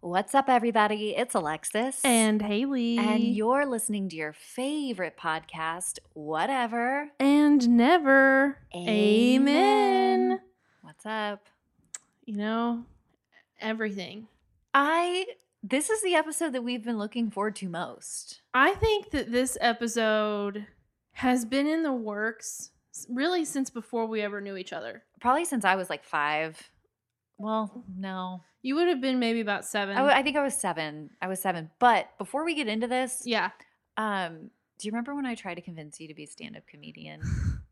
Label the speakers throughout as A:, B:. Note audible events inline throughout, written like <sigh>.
A: What's up, everybody? It's Alexis.
B: And Haley.
A: and you're listening to your favorite podcast, whatever.
B: And never.
A: Amen.
B: Amen.
A: What's up?
B: You know, everything.
A: I this is the episode that we've been looking forward to most.
B: I think that this episode has been in the works s- really since before we ever knew each other.
A: Probably since I was like five. Well, no,
B: You would have been maybe about seven.
A: I, w- Oh, I think I was seven. I was seven. But before we get into this,
B: yeah.
A: um, do you remember when I tried to convince you to be a stand-up comedian? <laughs>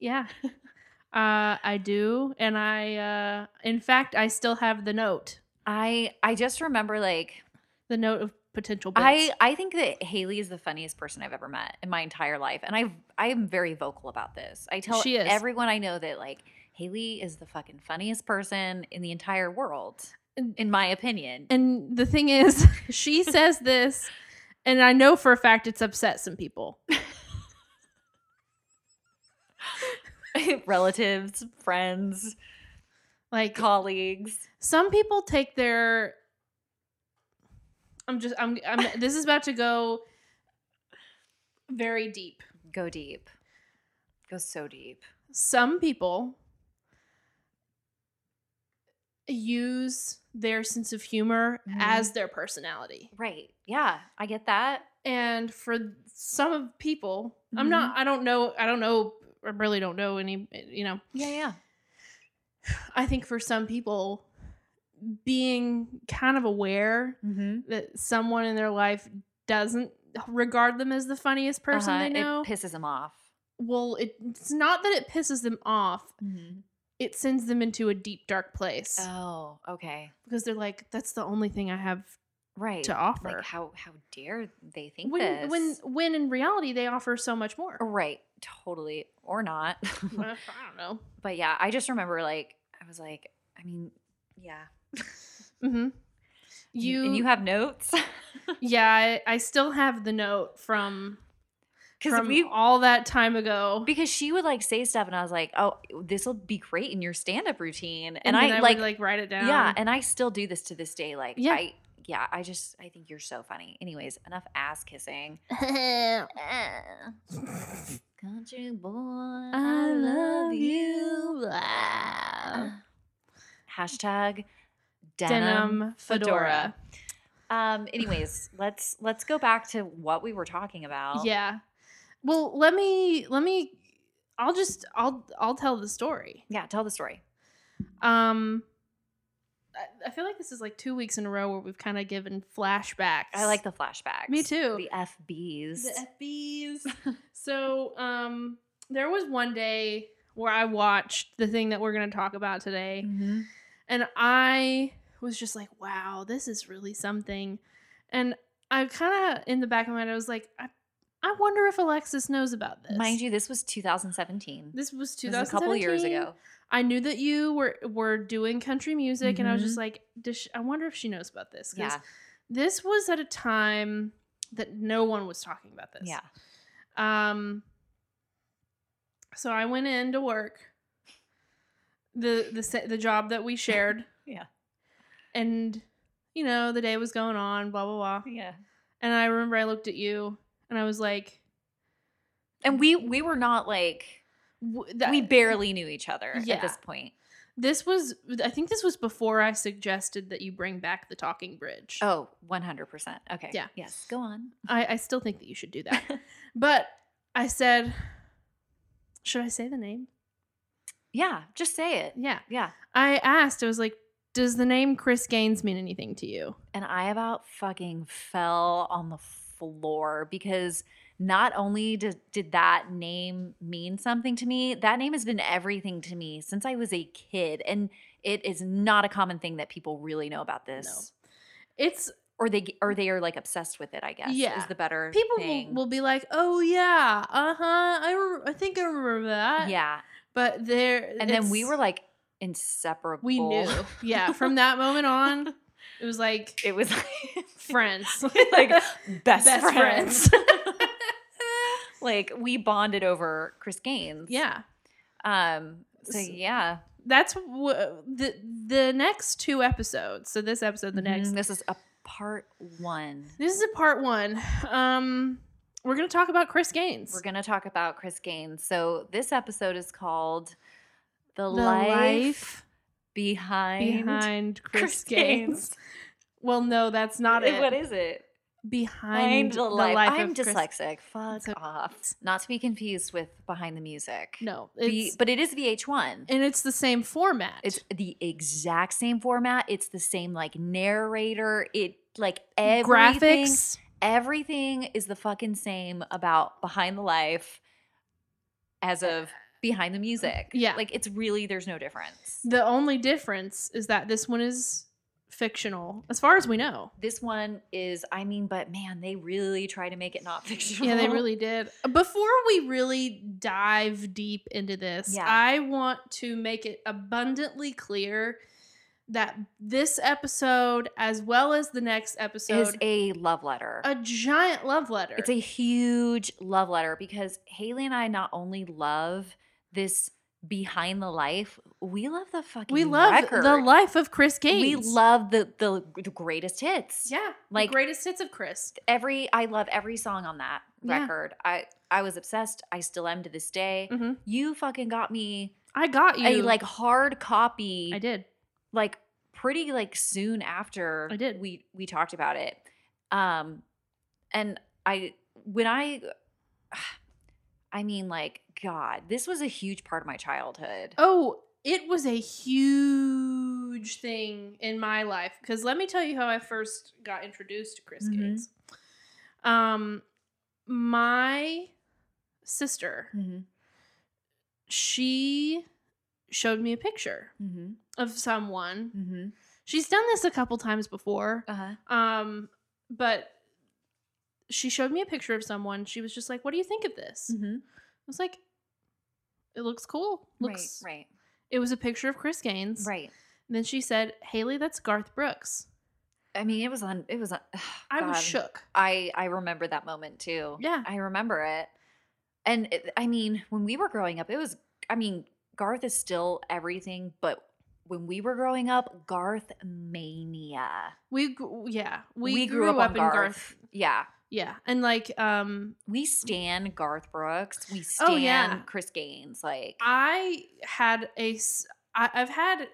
B: Yeah. Uh, I do, and I, uh, in fact, I still have the note,
A: I I just remember like
B: the note of potential. Bits.
A: I I think that Haley is the funniest person I've ever met in my entire life, and I I am very vocal about this. I tell
B: She is.
A: everyone I know that like Haley is the fucking funniest person in the entire world,
B: And-
A: in my opinion. <laughs>
B: And the thing is, <laughs> she says this, and I know for a fact it's upset some people.
A: Relatives, friends,
B: Like
A: colleagues.
B: some people take their. I'm just I'm I'm <laughs> this is about to go very deep.
A: Go deep. Go so deep.
B: Some people use their sense of humor
A: Mhm.
B: as their personality.
A: Right. Yeah, I get that.
B: and for some of people
A: Mhm.
B: i'm not i don't know i don't know i really don't know any you know
A: Yeah, yeah.
B: i think for some people being kind of aware
A: Mm-hmm.
B: that someone in their life doesn't regard them as the funniest person they know
A: Uh-huh. it pisses him off.
B: well it, it's not that it pisses them off it sends them into a deep dark place
A: Oh, okay.
B: because they're like that's the only thing i have
A: Right.
B: to offer
A: Like how how dare they think
B: when,
A: this?
B: when when in reality they offer so much more <laughs>
A: Right. Totally. Or not.
B: Well, i don't know
A: <laughs> but yeah, I just remember like I was like, I mean, yeah.
B: hmm you
A: and you have <laughs> notes
B: Yeah, I, I still have the note from
A: because
B: from
A: we
B: all that time ago.
A: <laughs> because she would like say stuff and I was like, oh, this will be great in your stand up routine. And,
B: then
A: I,
B: would,
A: like,
B: like write it down.
A: yeah, and I still do this to this day. Like,
B: Yeah.
A: I yeah, I just I think you're so funny. Anyways, enough ass kissing. Ah. Country boy, I, love you. Ah. Hashtag <laughs> denim,
B: Denim
A: fedora.
B: fedora.
A: Um. Anyways, let's let's go back to what we were talking about.
B: Yeah. Well, let me let me I'll just I'll I'll tell the story.
A: Yeah. Tell the story.
B: Um I, I feel like this is like two weeks in a row where we've kind of given flashbacks.
A: I like the flashbacks.
B: Me too.
A: The FBs.
B: The
A: <laughs>
B: FBs. so, um, there was one day where I watched the thing that we're going to talk about today,
A: Mhm.
B: and I was just like, "Wow, this is really something." And I kind of, in the back of my head, I was like, "I, I wonder if Alexis knows about this."
A: Mind you, this was 2017.
B: this was
A: This was a couple years
B: 2017.
A: ago.
B: I knew that you were were doing country music, and I was
A: Mhm.
B: just like, Does she, "I wonder if she knows about this." 'Cause
A: Yeah.
B: this was at a time that no one was talking about this.
A: Yeah.
B: Um so I went in to work the the sa- the job that we shared.
A: <laughs> Yeah.
B: And you know, the day was going on, blah blah blah.
A: Yeah.
B: And I remember I looked at you and I was like
A: And we we were not like
B: w- that,
A: we barely knew each other at
B: Yeah.
A: this point.
B: this was I think this was before I suggested that you bring back the talking bridge.
A: Oh, 100%. Okay.
B: Yeah.
A: Yes. Go on.
B: I, I still think that you should
A: <laughs>
B: do that. but I said should I say the name?
A: Yeah. Just say it.
B: Yeah.
A: Yeah.
B: I asked, I was like, does the name Chris Gaines mean anything to you?
A: And I about fucking fell on the floor because not only did, did that name mean something to me, that name has been everything to me since I was a kid. And it is not a common thing that people really know about this.
B: It's
A: Or they or they are like obsessed with it, I guess. Is
B: Mm. Yeah.
A: the better
B: people will,
A: thing.
B: will be like, "Oh yeah, uh huh. I, re- I think I remember that."
A: yeah.
B: but there,
A: And then we
B: it's-
A: were like inseparable.
B: we knew, yeah. From that moment on, it was like
A: <laughs> It was
B: <laughs>
A: like <laughs>
B: friends,
A: like best,
B: Best
A: friends.
B: <laughs>
A: <laughs> like we bonded over Chris Gaines.
B: yeah.
A: Um. So
B: S-
A: yeah,
B: that's w- the the next two episodes. So this episode, the next.
A: Mhm, This is a part one.
B: This is a part one. Um, we're gonna talk about Chris Gaines.
A: We're going to talk about Chris Gaines. So this episode is called The,
B: The
A: Life Behind,
B: behind Chris, Gaines. Well, no, that's not it.
A: What is it?
B: behind the life.
A: life. I'm
B: of Chris-
A: dyslexic. Fuck
B: So-
A: off. Not to be confused with Behind the Music.
B: No,
A: Be-
B: it's,
A: but it is VH1.
B: and it's the same format.
A: It's the exact same format. It's the same like narrator. It like everything.
B: graphics.
A: Everything is the fucking same about Behind the Life as of Behind the Music.
B: Uh, Yeah. Mm.
A: Like it's really there's no difference.
B: The only difference is that this one is fictional, as far as we know.
A: This one is I mean but man, they really try to make it not <laughs> fictional.
B: Yeah, they really did. Before we really dive deep into this,
A: Yeah.
B: I want to make it abundantly clear that this episode, as well as the next
A: is
B: episode,
A: a love letter.
B: a giant love letter.
A: It's a huge love letter because Haley and I not only love this behind the life, we love the fucking
B: we love
A: record.
B: the life of Chris Gaines.
A: We love the the, the greatest hits.
B: yeah, like
A: like-
B: the greatest hits of Chris.
A: Every I love every song on that
B: Yeah.
A: record. I I was obsessed. I still am to this day.
B: Mhm.
A: You fucking got me
B: I got you.
A: a like hard copy.
B: I did.
A: Like pretty like soon after
B: I did.
A: we we talked about it. Um and I when I <sighs> I mean like god, this was a huge part of my childhood.
B: Oh, it was a huge thing in my life because let me tell you how I first got introduced to Chris
A: Mhm.
B: Gaines. Um, my sister,
A: Mhm.
B: she showed me a picture
A: Mhm.
B: of someone.
A: Mhm.
B: She's done this a couple times before,
A: Uh-huh.
B: um, but she showed me a picture of someone. She was just like, "What do you think of this?"
A: Mhm.
B: I was like, "It looks cool. Looks."
A: right.
B: It was a picture of Chris Gaines.
A: Right. Right.
B: And then she said, Haley, that's Garth Brooks.
A: I mean, it was on. It <sighs> was on.
B: I was
A: God.
B: shook.
A: I I remember that moment too.
B: Yeah.
A: <laughs> I remember it. And it, I mean, when we were growing up, it was. I mean, Garth is still everything, but when we were growing up, Garth mania.
B: We, gr- yeah, we, grew, up, in Garth.
A: Yeah,
B: Yeah. And like, um,
A: we stan Garth Brooks. We stan
B: Oh, yeah.
A: Chris Gaines. Like,
B: I had a, s- I, have had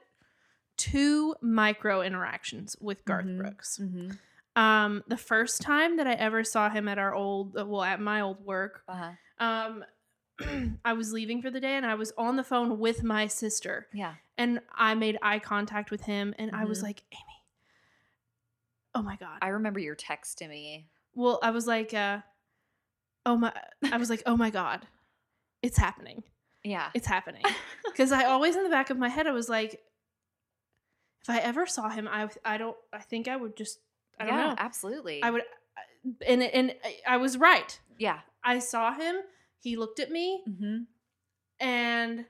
B: two micro interactions with Garth
A: Mhm.
B: Brooks.
A: Mhm.
B: Um, the first time that I ever saw him at our old, well, at my old work,
A: uh-huh.
B: um, <clears throat> I was leaving for the day and I was on the phone with my sister.
A: yeah,
B: and I made eye contact with him and I was
A: Mhm.
B: like, Amy, oh my God.
A: I remember your text to me.
B: well, I was like, uh, oh my, I was like, oh my God, it's happening.
A: Yeah, <laughs>
B: It's happening. Because I always in the back of my head, I was like, if I ever saw him, I, I don't, I think I would just, I don't
A: yeah,
B: know.
A: absolutely.
B: I would, and, and I- I was right.
A: Yeah.
B: I saw him. He looked at me
A: Mm-hmm.
B: and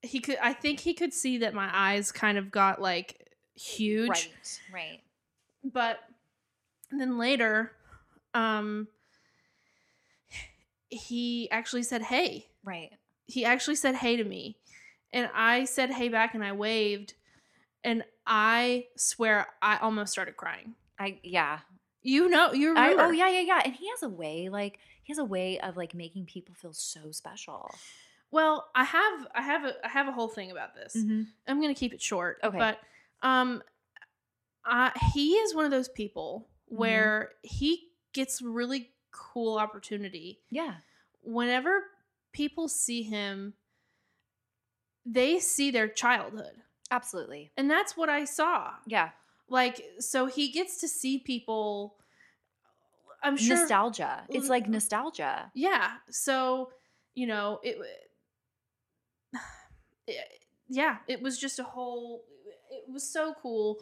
B: he could, I think he could see that my eyes kind of got like huge.
A: Right. Right.
B: but then later um he actually said hey
A: Right.
B: he actually said hey to me and i said hey back and i waved and i swear i almost started crying
A: I yeah.
B: you know you
A: I,
B: remember
A: oh yeah, yeah, yeah. And he has a way, like he has a way of like making people feel so special.
B: well i have i have a i have a whole thing about this i'm gonna keep it short
A: Mm-hmm. Okay.
B: but um I, he is one of those people
A: Mm-hmm.
B: where he gets really cool opportunity
A: Yeah.
B: whenever people see him, they see their childhood.
A: Absolutely.
B: And that's what I saw.
A: Yeah.
B: Like, so he gets to see people. I'm sure.
A: Nostalgia. It's like
B: Mm.
A: nostalgia.
B: Yeah. So, you know, it, <sighs> it- yeah, it was just a whole, it was so cool.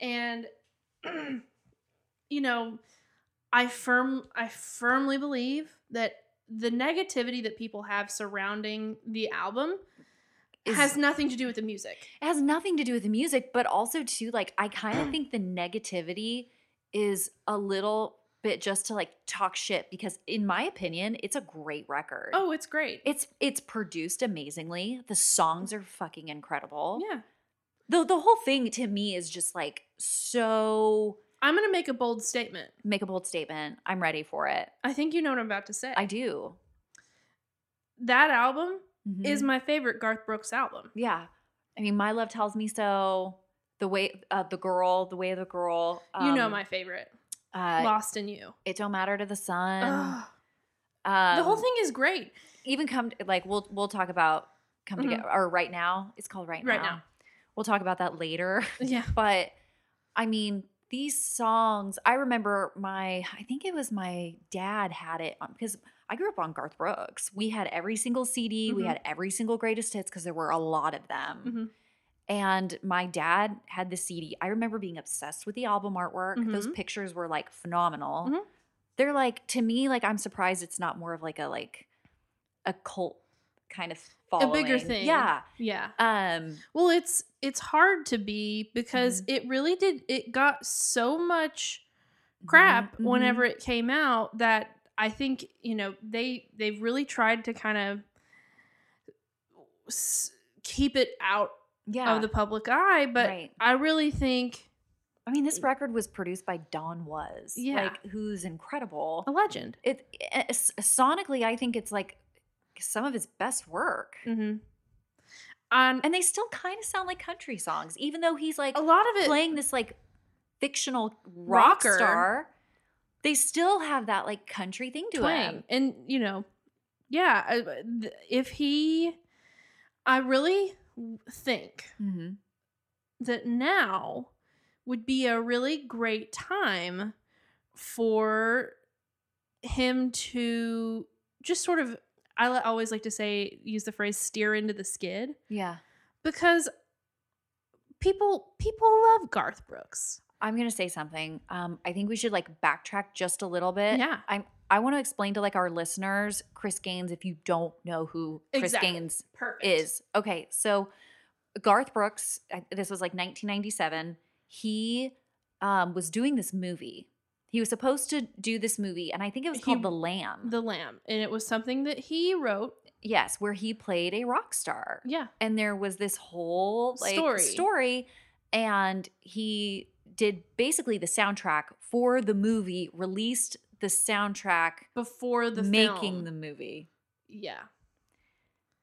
B: And, <clears throat> you know, I firm, I firmly believe that the negativity that people have surrounding the album
A: Is-
B: has nothing to do with the music.
A: it has nothing to do with the
B: <clears throat>
A: music, but also too, like I kind of think the negativity is a little bit just to like talk shit because in my opinion, it's a great record.
B: Oh, it's great.
A: It's it's produced amazingly. The songs are fucking incredible.
B: yeah.
A: The the whole thing to me is just like so
B: I'm going to make a bold statement.
A: make a bold statement. I'm ready for it.
B: I think you know what I'm about to say.
A: I do.
B: that album is
A: Mhm.
B: my favorite Garth Brooks album.
A: yeah. I mean, my love tells me so. The way uh, the girl, the way of the girl.
B: you know
A: um,
B: my favorite,
A: uh,
B: Lost in You.
A: it don't matter to the sun.
B: Ugh.
A: Um,
B: the whole thing is great.
A: even come like we'll we'll talk about come
B: Mhm.
A: together or right now it's called right now.
B: Right Now.
A: We'll talk about that later.
B: Yeah.
A: but I mean these songs. I remember my I think it was my dad had it on because I grew up on Garth Brooks. We had every single CD. We
B: Mhm.
A: had every single greatest hits because there were a lot of them.
B: Mhm.
A: And my dad had the CD. I remember being obsessed with the album artwork. Those
B: Mhm.
A: pictures were like phenomenal.
B: Mhm.
A: They're like to me like I'm surprised it's not more of like a like a cult kind of following.
B: bigger thing.
A: Yeah.
B: Yeah.
A: Um
B: Well, it's it's hard to be because it really did it got so much crap
A: mhm,
B: whenever it came out that I think, you know, they they've really tried to kind of s- keep it out
A: yeah.
B: of the public eye, but
A: right.
B: I really think
A: I mean, this record was produced by Don Was,
B: Yeah. Oh.
A: like who's incredible.
B: a legend.
A: It, it sonically, I think it's like some of his best work,
B: Mhm. And
A: and they still kind of sound like country songs, even though he's like
B: a lot of it
A: playing this like fictional rock
B: Rocker.
A: star. They still have that like country thing to
B: twang.
A: him.
B: And you know, yeah, I- th- if he, I really think
A: Mhm.
B: that now would be a really great time for him to just sort of. I li- always like to say use the phrase "steer into the skid"
A: Yeah,
B: because people people love Garth Brooks.
A: I'm gonna say something. Um, I think we should like backtrack just a little bit.
B: Yeah.
A: I'm. I want to explain to like our listeners, Chris Gaines, if you don't know who Chris
B: Exactly.
A: Gaines
B: Perfect
A: is okay. So Garth Brooks, I- this was like 1997. He um, was doing this movie. He was supposed to do this movie, and I think it was
B: He-
A: called The Lamb.
B: the Lamb, and it was something that he wrote.
A: yes, where he played a rock star,
B: Yeah,
A: and there was this whole like,
B: Story.
A: story, and he did basically the soundtrack for the movie. Released the soundtrack,
B: before the
A: making
B: film.
A: the movie,
B: Yeah,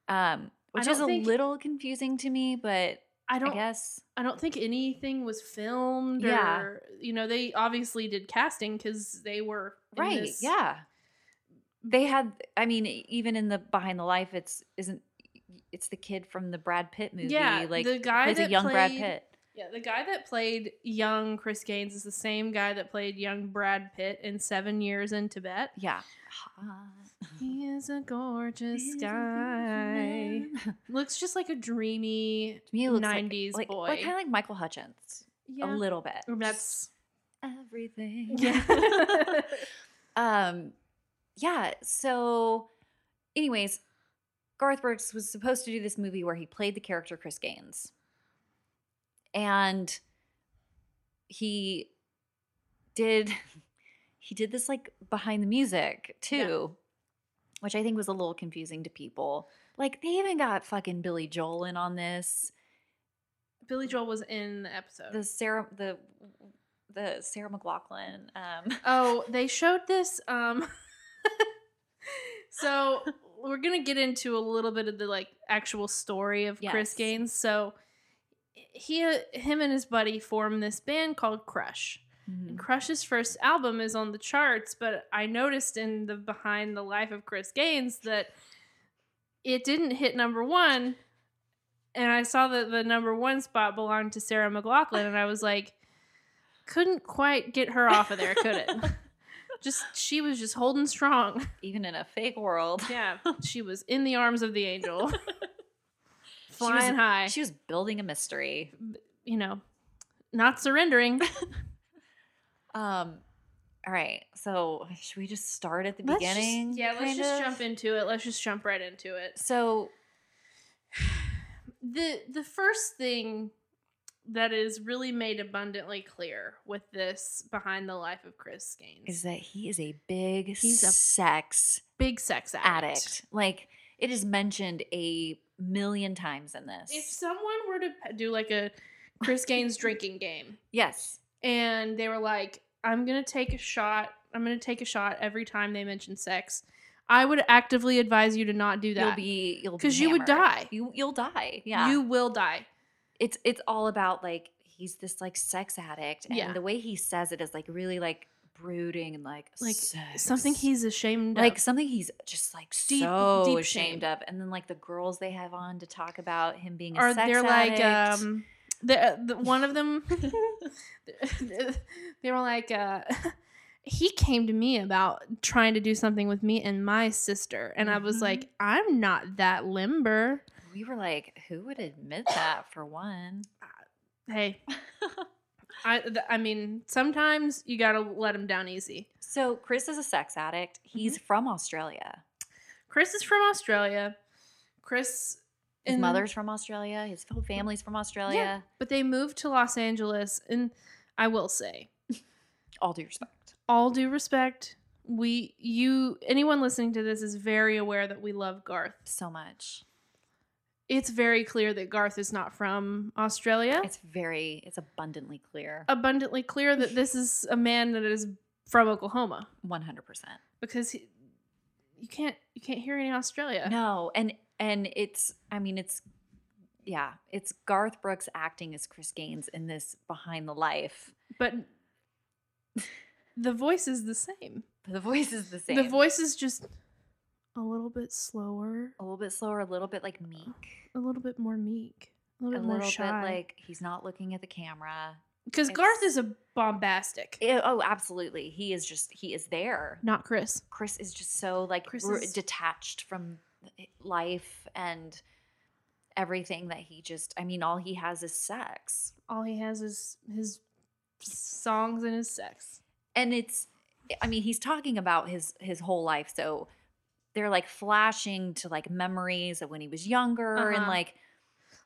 A: um,
B: I
A: which is
B: don't
A: a
B: think-
A: little confusing to me, but
B: I
A: I
B: don't.
A: guess
B: I don't think anything was filmed.
A: Yeah.
B: Or, you know, they obviously did casting because they were in
A: right
B: this-
A: yeah they had i mean e, even in the behind the life it's isn't it's the kid from the brad pitt movie
B: Yeah,
A: like
B: the guy
A: plays
B: that
A: a young brad
B: played-
A: pitt
B: Yeah, the guy that played young Chris Gaines is the same guy that played young Brad Pitt in Seven Years in Tibet.
A: yeah
B: <laughs> He is a gorgeous
A: He's a
B: guy.
A: man. to
B: Looks just like a dreamy.
A: me it looks
B: 90s
A: like, like,
B: boy.
A: kind of like michael hutchins
B: Yeah,
A: a little bit
B: that's
A: everything
B: yeah.
A: <laughs> um yeah so anyways garth brooks was supposed to do this movie where he played the character chris gaines and he did <laughs> he did this like behind the music too which i think was a little confusing to people like they even got fucking billy joel in on this
B: Billy Joel was in the episode.
A: the sarah the the sarah mclaughlin um
B: Oh, they showed this. Um, <laughs> so we're gonna get into a little bit of the like actual story of Chris
A: Yes.
B: Gaines. So he, him, and his buddy form this band called Crush.
A: Hmm.
B: And Crush's first album is on the charts, but I noticed in the Behind the Life of Chris Gaines that it didn't hit number one. And I saw that the number one spot belonged to Sarah McLaughlin, and I was like, couldn't quite get her off of there,
A: <laughs>
B: could it? just she was just holding strong.
A: even in a fake world <laughs>
B: Yeah, she was in the arms of the angel,
A: was-
B: flying high.
A: <laughs> she was building a mystery
B: you know, not surrendering.
A: Um. All right. So should we just start at the
B: Let's just-
A: beginning?
B: yeah, let's
A: kind
B: just
A: of?
B: jump into it. Let's just jump right into it.
A: So
B: the the first thing that is really made abundantly clear with this behind the life of Chris Gaines.
A: is that he is a big
B: He's a
A: sex
B: big sex addict.
A: addict. Like it is mentioned a million times in this.
B: If someone were to p- do like a Chris Gaines drinking game
A: yes.
B: and they were like, I'm going to take a shot, I'm going to take a shot every time they mention sex, I would actively advise you to not do that.
A: You'll be you'll be
B: 'Cause you would
A: hammered.
B: die.
A: You you'll die. Yeah.
B: You will die.
A: it's it's all about like he's this like sex addict and
B: Yeah.
A: the way he says it is like really like brooding and like
B: Like,
A: sex.
B: Something he's ashamed
A: like
B: of.
A: something he's just like
B: Deep-
A: so
B: deep
A: ashamed
B: shame.
A: of and then like the girls they have on to talk about him being a
B: Or
A: sex
B: they're like,
A: addict
B: um, the, the, one
A: <laughs>
B: of them, <laughs> they were like, uh, <laughs> he came to me about trying to do something with me and my sister. And I was
A: Mhm.
B: like, I'm not that limber.
A: we were like who would admit that for one
B: hey
A: <laughs>
B: i th- i mean sometimes you gotta let him down easy
A: so chris is a sex addict he's from australia
B: chris is from australia chris
A: his
B: and-
A: mother's from australia his whole family's from australia
B: but they moved to los angeles and i will say
A: all due respect
B: all due respect we you anyone listening to this is very aware that we love garth
A: so much
B: it's very clear that garth is not from australia
A: it's very it's abundantly clear
B: abundantly
A: <laughs>
B: clear that this is a man that is from oklahoma
A: 100%
B: because he, you can't you can't hear any australia
A: no and and it's i mean it's yeah it's garth brooks acting as chris gaines in this behind the life
B: but the voice is the same.
A: but the voice is the same
B: The voice is just a little bit slower,
A: a little bit slower a little bit like meek
B: a little bit more meek,
A: a
B: a little bit
A: little
B: more shy.
A: bit like he's not looking at the camera
B: because
A: it's-
B: Garth is a bombastic,
A: Eh, oh absolutely he is just he is there
B: not Chris.
A: Chris is just so like
B: Chris
A: re-
B: is-
A: detached from life and everything that he just I mean all he has is sex.
B: All he has is his songs and his sex.
A: And it's eh, I mean he's talking about his his whole life so they're like flashing to like memories of when he was younger and
B: Uh-huh.
A: like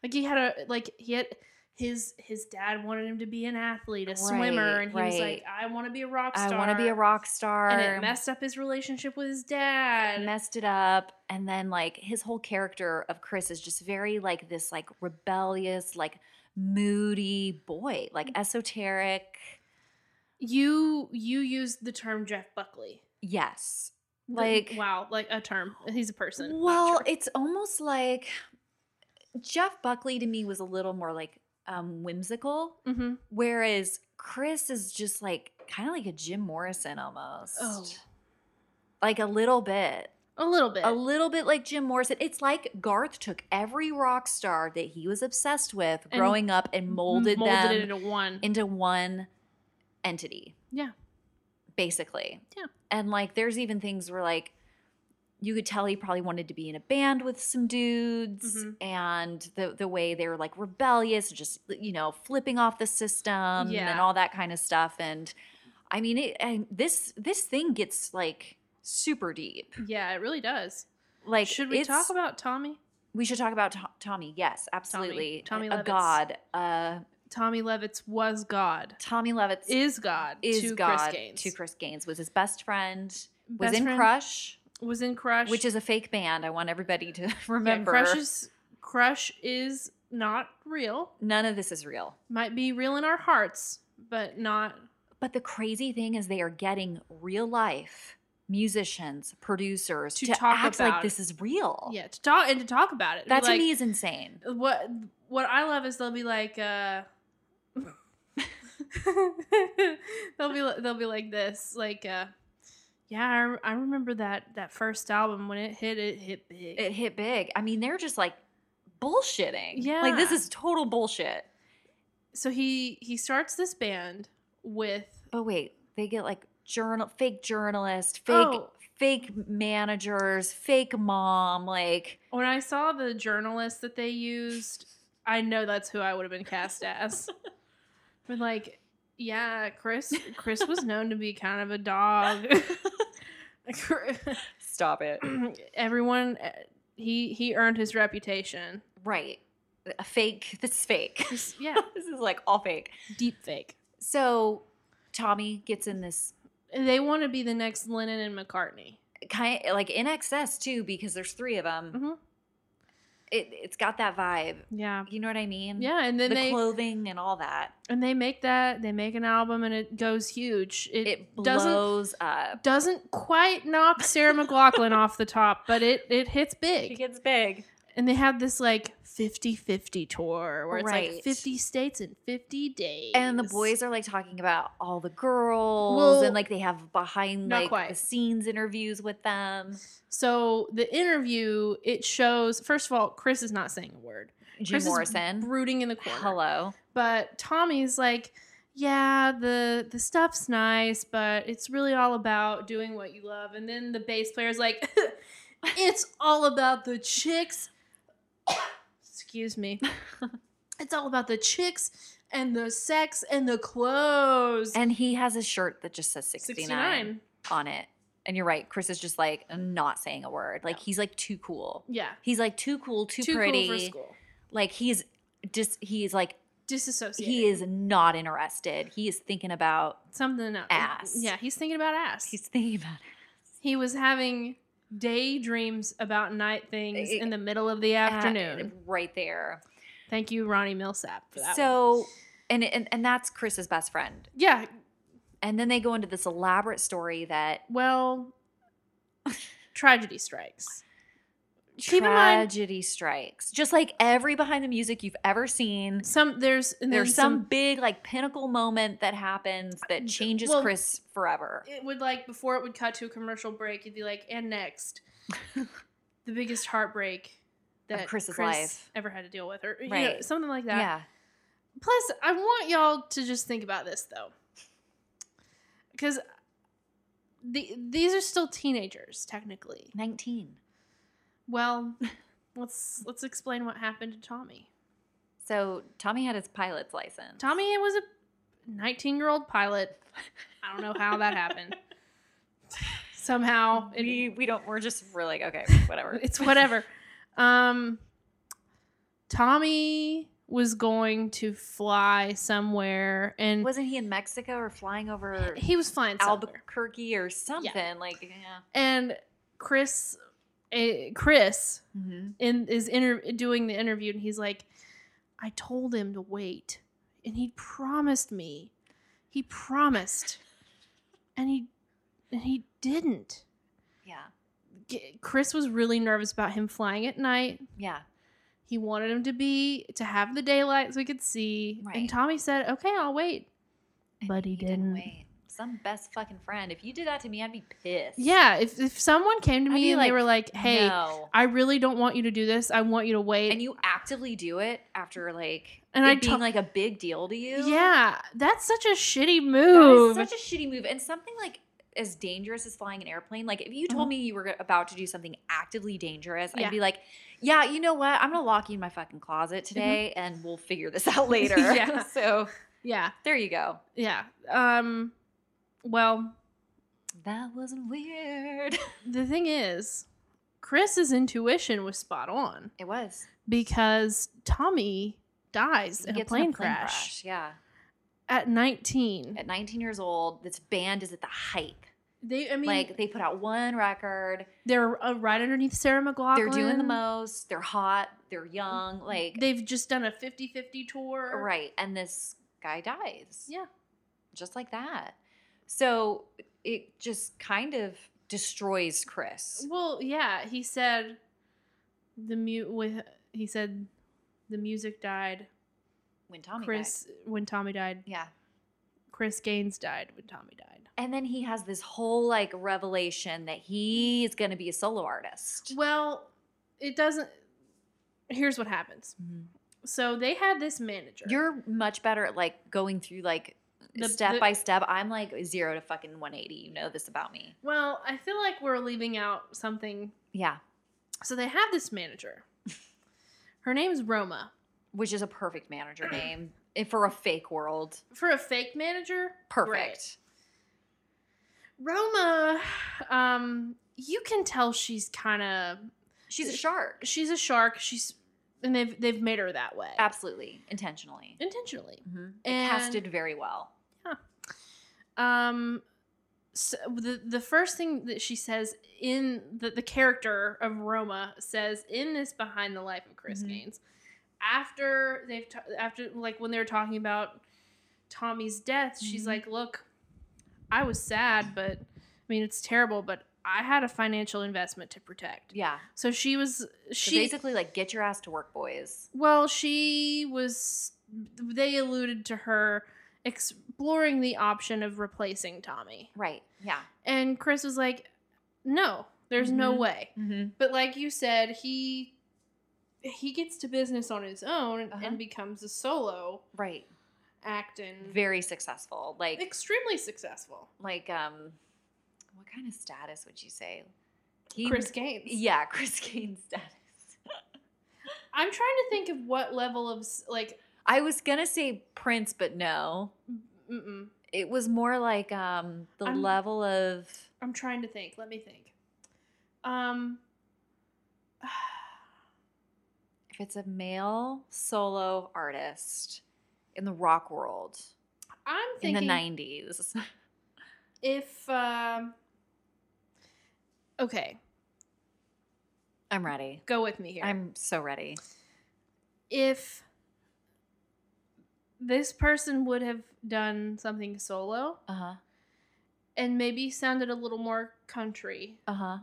B: Like he had a like he had his his dad wanted him to be an athlete, a swimmer,
A: Right,
B: and he was
A: right.
B: like, I want to be a rock
A: I
B: star.
A: want to be a rock star
B: And it messed up his relationship with his dad.
A: messed it up and then like his whole character of chris is just very like this like rebellious like moody boy like
B: Mm-hmm.
A: esoteric
B: you you used the term Jeff Buckley.
A: yes
B: The-
A: Like-
B: wow, like a term. He's a person. not
A: Well,
B: term.
A: it's almost like Jeff Buckley to me was a little more like um, whimsical,
B: Mhm.
A: whereas Chris is just like kind of like a Jim Morrison almost.
B: Oh.
A: Like a little bit,
B: a little bit.
A: a little bit like Jim Morrison. It's like Garth took every rock star that he was obsessed with
B: And
A: growing up and molded, them
B: it into one.
A: into one entity.
B: Yeah.
A: Basically.
B: Yeah.
A: And like there's even things where like you could tell he probably wanted to be in a band with some dudes
B: Mhm.
A: and the the way they were like rebellious, just you know, flipping off the system and
B: Yeah.
A: all that kind of stuff and I mean it I, this this thing gets like super deep.
B: yeah, it really does.
A: Like
B: Should we
A: it's-
B: talk about Tommy?
A: we should talk about To- Tommy. Yes, absolutely.
B: Tommy
A: a, a
B: Lovitz.
A: god. Uh
B: Tommy Levitz was God.
A: Tommy Lovitz
B: Is God
A: is
B: to
A: God
B: Chris Gaines.
A: to Chris Gaines was his best friend. Was
B: Best
A: in
B: friend
A: Crush,
B: Was in Crush.
A: which is a fake band. I want everybody to <laughs>
B: Yeah,
A: remember.
B: Crush is Crush is not real.
A: None of this is real.
B: Might be real in our hearts, but not
A: But the crazy thing is, they are getting real life musicians, producers to,
B: To talk
A: act like
B: about
A: this is real.
B: yeah, to talk and to talk about it. Be
A: that to
B: like,
A: me is insane.
B: what what I love is they'll be like uh <laughs> they'll be li- they'll be like this like uh yeah I, re- I remember that that first album when it hit it hit big
A: It hit big. I mean, they're just like bullshitting. like this
B: Yeah.
A: is total bullshit.
B: so he he starts this band with
A: But Oh, wait, they get like journal, fake journalist, fake,
B: Oh.
A: fake managers, fake mom, like.
B: when I saw the journalist that they used I know that's who I would have been
A: <laughs>
B: cast as but like yeah Chris Chris was known to be kind of
A: <laughs>
B: a dog <clears throat>
A: Stop it.
B: everyone uh, he he earned his reputation
A: Right. a fake. <laughs> This is fake.
B: This- yeah,
A: this is like all fake.
B: deep fake.
A: So Tommy gets in this
B: They want to be the next Lennon and McCartney.
A: kind like in excess too because there's three of them.
B: Mhm.
A: It it's got that vibe.
B: Yeah,
A: You know what I mean?
B: yeah, and
A: The
B: then they
A: clothing and all that.
B: and they make that they make an album and it goes huge. It,
A: It
B: doesn't
A: blows up.
B: doesn't quite knock Sarah McLaughlin off the top, but it it hits
A: She
B: big.
A: gets big.
B: and they have this like 50-50 tour where it's
A: Right.
B: like 50 states in 50 days.
A: And the boys are like talking about all the girls
B: Well,
A: and like they have behind
B: not
A: like the
B: quite.
A: scenes interviews with them.
B: So the interview it shows first of all Chris is not saying a word.
A: Jim
B: Chris is
A: Morrison.
B: brooding in the corner.
A: Hello.
B: But Tommy's like, yeah, the the stuff's nice, but it's really all about doing what you love. And then the bass player's like, <laughs> it's all about the chicks.
A: <laughs>
B: Excuse me. it's all about the chicks and the sex and the clothes.
A: And he has a shirt that just says 69,
B: 69.
A: on it. And you're right. Chris is just like not saying a word. Like he's like too cool.
B: Yeah.
A: He's like too cool, too,
B: Too
A: pretty.
B: cool for school.
A: Like he's just he's like
B: Disassociated.
A: he is not interested. He is thinking about
B: something else.
A: Ass.
B: Yeah, he's thinking about ass.
A: he's thinking about
B: he was having daydreams about night things
A: Eh,
B: in the middle of the afternoon.
A: right there.
B: Thank you, Ronnie Millsap, for that. one.
A: So and, and and that's Chris's best friend.
B: yeah,
A: And then they go into this elaborate story that
B: well, <laughs> tragedy strikes. Keep in mind-
A: tragedy strikes. Just like every behind the music you've ever seen,
B: Some there's and then
A: there's some, big like pinnacle moment that happens that changes
B: Well-
A: Chris forever.
B: It would like before it would cut to a commercial break, you'd be like, and next, the biggest heartbreak
A: Of
B: that
A: Chris's
B: Chris
A: life.
B: ever had to deal with, or you know,
A: Right.
B: something like that.
A: Yeah.
B: Plus, I want y'all to just think about this though, because the, these are still teenagers technically.
A: 19.
B: Well, let's let's explain what happened to Tommy.
A: So Tommy had his pilot's license.
B: Tommy was a 19 year old pilot. <laughs> I don't know how that happened. Somehow, it-
A: Oh, we, we don't we're just we're like
B: <laughs>
A: okay whatever
B: it's whatever. Um, Tommy was going to fly somewhere,
A: <laughs>
B: and
A: wasn't he in Mexico or flying over
B: he was flying somewhere.
A: Albuquerque or something like yeah
B: and Chris, eh, Chris
A: mm-hmm.
B: in is inter- doing the interview and he's like i told him to wait and he promised me he promised and he and he didn't
A: yeah
B: G- chris was really nervous about him flying at night
A: yeah
B: he wanted him to be to have the daylight so he could see
A: Right.
B: and tommy said okay i'll wait
A: And
B: But he didn't.
A: wait some best fucking friend if you did that to me I'd be pissed
B: yeah if, if someone came to
A: I'd
B: me
A: be
B: and they
A: like,
B: were like hey
A: no.
B: i really don't want you to do this i want you to wait
A: and you actively do it after like
B: And
A: it
B: I
A: being
B: to-
A: like a big deal to you
B: yeah that's such a shitty
A: that is
B: move
A: such a shitty move and something like as dangerous as flying an airplane like if you told
B: Mhm.
A: me you were about to do something actively dangerous
B: Yeah.
A: i'd be like yeah you know what i'm gonna lock you in my fucking closet today and we'll figure
B: <laughs>
A: this out later
B: Mm-hmm.
A: <laughs>
B: Yeah.
A: so
B: yeah
A: there you go
B: Yeah. Um well,
A: that wasn't weird <laughs>
B: the thing is, Chris's intuition was spot on
A: it was
B: because Tommy dies
A: He
B: in a
A: gets
B: plane, crash,
A: yeah
B: at 19.
A: at 19 years old this band is at the height
B: They I mean
A: like they put out one record
B: they're uh, right underneath Sarah McLaughlin.
A: they're doing the most they're hot they're young
B: Mm-hmm.
A: like
B: They've just done a 50-50 tour.
A: right and this guy dies
B: Yeah.
A: just like that. So it just kind of destroys Chris.
B: Well, yeah, he said the mu- with he said the music died.
A: When Tommy Chris.
B: Chris when Tommy died,
A: Yeah.
B: Chris Gaines died when Tommy died.
A: And then he has this whole like revelation that he is going to be a solo artist.
B: Well, it doesn't. Here's what happens.
A: Mhm.
B: So they had this manager.
A: You're much better at like going through like
B: The-
A: step
B: the-
A: by step. I'm like zero to fucking 180. You know this about me.
B: well, I feel like we're leaving out something.
A: Yeah.
B: So they have this manager. <laughs> Her name's Roma.
A: Which is a perfect
B: <clears throat>
A: manager name if for a fake world.
B: For a fake manager, great.
A: Perfect.
B: Roma, um, you can tell she's kind of
A: She's a shark.
B: she's a shark. She's and they've they've made her that way
A: Absolutely. Intentionally.
B: intentionally.
A: hmm It
B: And-
A: casted very well.
B: Um, so the the first thing that she says in the the character of Roma says in this behind the life of Chris
A: Mhm.
B: Gaines, after they've ta- after like when they were talking about Tommy's death, she's
A: Mhm.
B: like, "Look, I was sad, but I mean it's terrible, but I had a financial investment to protect."
A: Yeah.
B: So she was
A: So
B: she
A: basically, like, get your ass to work, boys.
B: well, she was. They alluded to her exploring the option of replacing Tommy.
A: Right. Yeah.
B: And Chris was like, "No, there's no
A: Mhm.
B: way."
A: Mm-hmm.
B: But like you said, he he gets to business on his own and,
A: Uh-huh.
B: and becomes a solo
A: Right.
B: acting,
A: Very successful. Like,
B: extremely successful.
A: like, um, what kind of status would you say? He
B: Chris
A: was-
B: Gaines.
A: Yeah, <laughs> Chris Gaines status.
B: I'm trying to think of what level of s- like.
A: I was gonna say Prince, but no.
B: Mm-mm.
A: It was more like um the
B: I'm-
A: level of
B: I'm trying to think. Let me think. Um.
A: if it's a male solo artist in the rock world
B: I'm
A: in the
B: thinking
A: nineties.
B: if um okay
A: I'm ready.
B: go with me here
A: I'm so ready.
B: if this person would have done something solo
A: Uh huh.
B: and maybe sounded a little more country
A: Uh huh.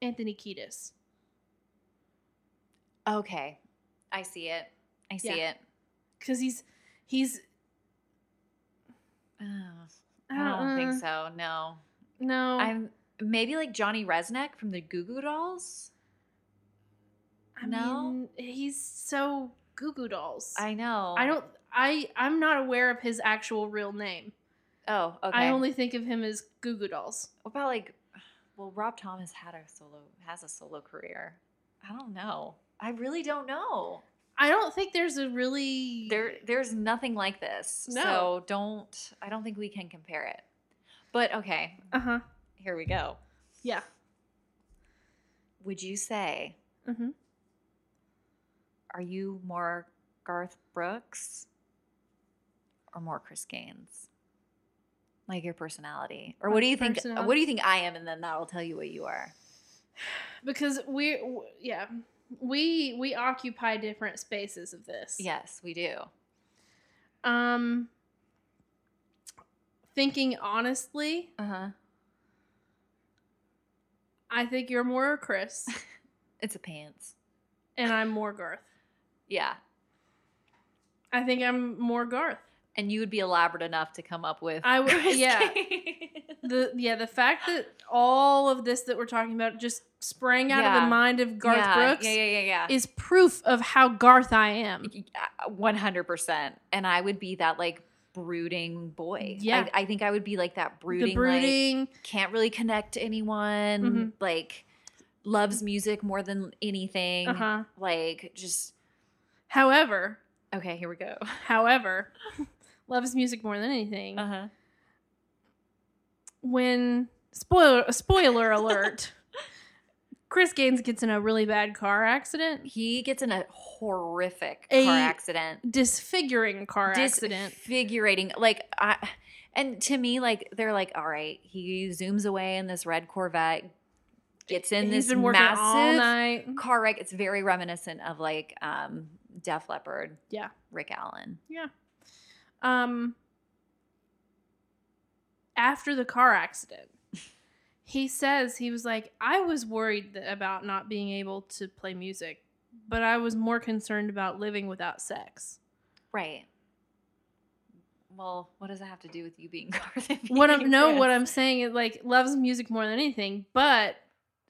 B: anthony kiedis
A: Okay. I see it. I see it.
B: because he's he's
A: Oh, I don't think so. No.
B: uh, no
A: I'm maybe like Johnny Resnick from the Goo Goo Dolls.
B: I
A: no.
B: mean, he's so goo goo dolls
A: I know.
B: I don't i i'm not aware of his actual real name
A: Oh, okay.
B: i only think of him as goo goo dolls
A: What about like, well, Rob Thomas had a solo has a solo career. I don't know. I really don't know.
B: i don't think there's a really
A: There, there's nothing like this.
B: No.
A: So don't. I don't think we can compare it. But okay,
B: uh-huh
A: here we go.
B: yeah
A: Would you say
B: mm-hmm
A: are you more Garth Brooks or more Chris Gaines? Like your personality, or
B: My
A: what do you think?
B: personality?
A: What do you think I am, and then that'll tell you what you are.
B: because we w- yeah we we occupy different spaces of this
A: Yes, we do.
B: um thinking honestly
A: Uh huh.
B: i think you're more
A: <laughs>
B: chris
A: It's a pants.
B: and i'm more garth
A: Yeah,
B: i think i'm more garth
A: and you would be elaborate enough to come up with.
B: I would-
A: <laughs> Chris
B: yeah.
A: Gaines.
B: the yeah the fact that all of this that we're talking about just sprang out of
A: Yeah.
B: the mind of garth
A: Yeah,
B: brooks
A: Yeah, yeah, yeah, yeah.
B: is proof of how garth i am
A: One hundred percent. And I would be that like brooding boy.
B: Yeah.
A: I, I think I would be like that brooding.
B: the
A: like,
B: brooding
A: can't really connect to anyone,
B: Mhm.
A: like loves music more than anything.
B: uh-huh
A: Like just
B: however
A: okay, here we go.
B: however
A: <laughs>
B: loves music more than anything
A: huh.
B: when spoiler
A: <laughs>
B: spoiler alert chris gaines gets in a really bad car accident
A: He gets in a horrific
B: A
A: car accident,
B: disfiguring car accident
A: disfigurating. Like I, and to me, like they're like, all right, he zooms away in this red Corvette, gets in
B: he's
A: this
B: been working all
A: massive
B: night
A: car wreck. It's very reminiscent of like um Def Leppard,
B: Yeah.
A: Rick Allen.
B: um after the car accident he says he was like i was worried that, about not being able to play music but i was more concerned about living without sex
A: Right. Well, what does that have to do with you being <laughs> Garth? and
B: what
A: being
B: I'm no,
A: Chris?
B: what I'm saying is like loves music more than anything, but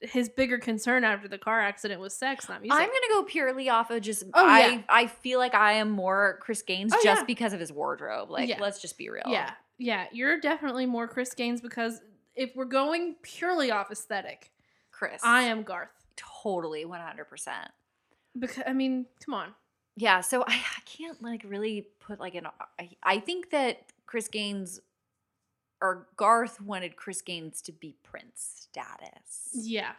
B: his bigger concern after the car accident was sex, not music.
A: I'm gonna go purely off of just
B: Oh,
A: I
B: yeah.
A: I feel like I am more Chris Gaines
B: Oh,
A: just
B: yeah.
A: because of his wardrobe. Like
B: Yeah.
A: let's just be real.
B: yeah, yeah, you're definitely more Chris Gaines because if we're going purely off aesthetic,
A: Chris.
B: I am Garth.
A: totally 100. percent
B: Because I mean, come on,
A: Yeah. So I, I can't like really put like an. I, I think that Chris Gaines or Garth wanted Chris Gaines to be Prince status.
B: yeah,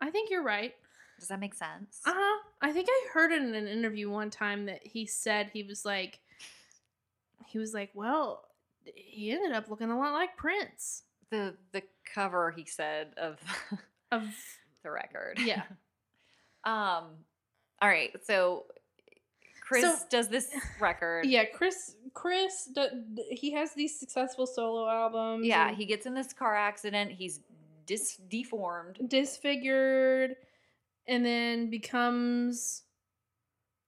B: I think you're right.
A: Does that make sense?
B: Uh huh. I think I heard in an interview one time that he said he was like, he was like, well, he ended up looking a lot like Prince.
A: The the cover he said of <laughs>
B: Of
A: the record.
B: yeah,
A: Um. All right. So Chris
B: So-
A: does
B: <laughs>
A: this record.
B: <laughs> yeah. Chris, Chris, d- d- he has these successful solo albums.
A: Yeah.
B: and
A: He gets in this car accident. He's dis- deformed.
B: disfigured, and then becomes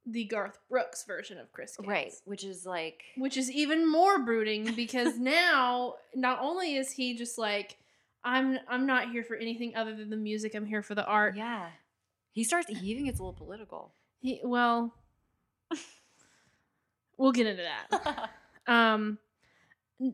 B: the Garth Brooks version of Chris. Gaines.
A: Right. Which is like.
B: which is even more brooding
A: <laughs>
B: because now not only is he just like i'm i'm not here for anything other than the music i'm here for the art
A: Yeah. He starts. He even gets a little
B: <laughs>
A: political.
B: he,
A: <laughs>
B: well we'll get into that um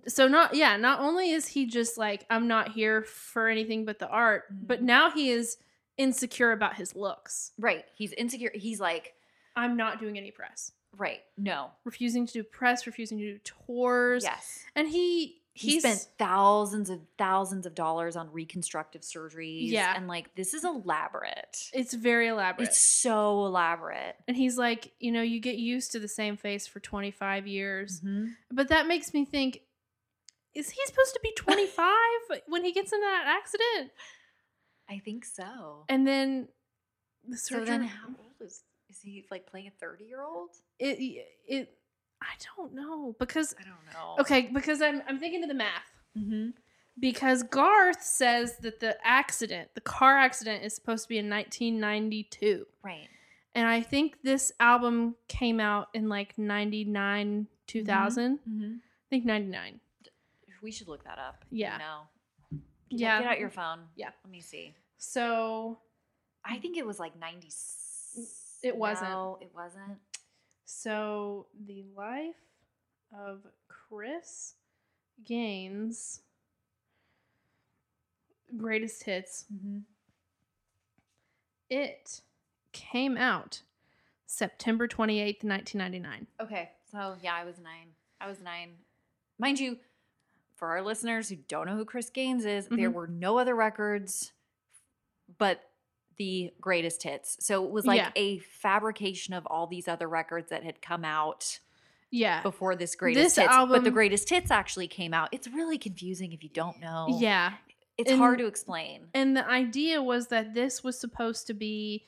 B: so not yeah not only is he just like i'm not here for anything but the art but
A: Mhm.
B: now he is insecure about his looks
A: right. He's insecure. He's like.
B: i'm not doing any press
A: Right. No.
B: refusing to do press refusing to do tours
A: Yes.
B: and he
A: He
B: he's
A: spent thousands of thousands of dollars on reconstructive surgeries.
B: Yeah.
A: And like this is elaborate.
B: it's very elaborate
A: It's so elaborate.
B: And he's like, you know, you get used to the same face for 25 years.
A: Mm-hmm.
B: But that makes me think is he
A: <laughs>
B: supposed to be 25 when he gets in that accident?
A: I think so.
B: And then the
A: so
B: surgeon
A: then, how old is is he? Like playing a thirty-year-old?
B: it it I don't know because
A: I don't know.
B: okay, because I'm I'm thinking of the math.
A: Mm-hmm.
B: Because Garth says that the accident, the car accident is supposed to be in 1992.
A: Right.
B: And I think this album came out in like 99 2000.
A: Mm-hmm.
B: I think 99.
A: We should look that up.
B: Yeah.
A: No.
B: Yeah.
A: Get out your phone.
B: Yeah.
A: Let me see.
B: So
A: I think it was like ninety-six.
B: It wasn't.
A: No, it wasn't.
B: So the life of Chris Gaines greatest hits.
A: Mm-hmm.
B: It came out September 28th, 1999.
A: Okay. So yeah, I was nine. I was nine. Mind you, for our listeners who don't know who Chris Gaines is, there
B: Mhm.
A: were no other records but the greatest hits. So it was like
B: Yeah.
A: a fabrication of all these other records that had come out
B: Yeah.
A: before this greatest
B: This
A: hits. but the
B: album-
A: greatest hits actually came out. It's really confusing if you don't know.
B: Yeah.
A: It's hard
B: and-
A: to explain.
B: And the idea was that this was supposed to be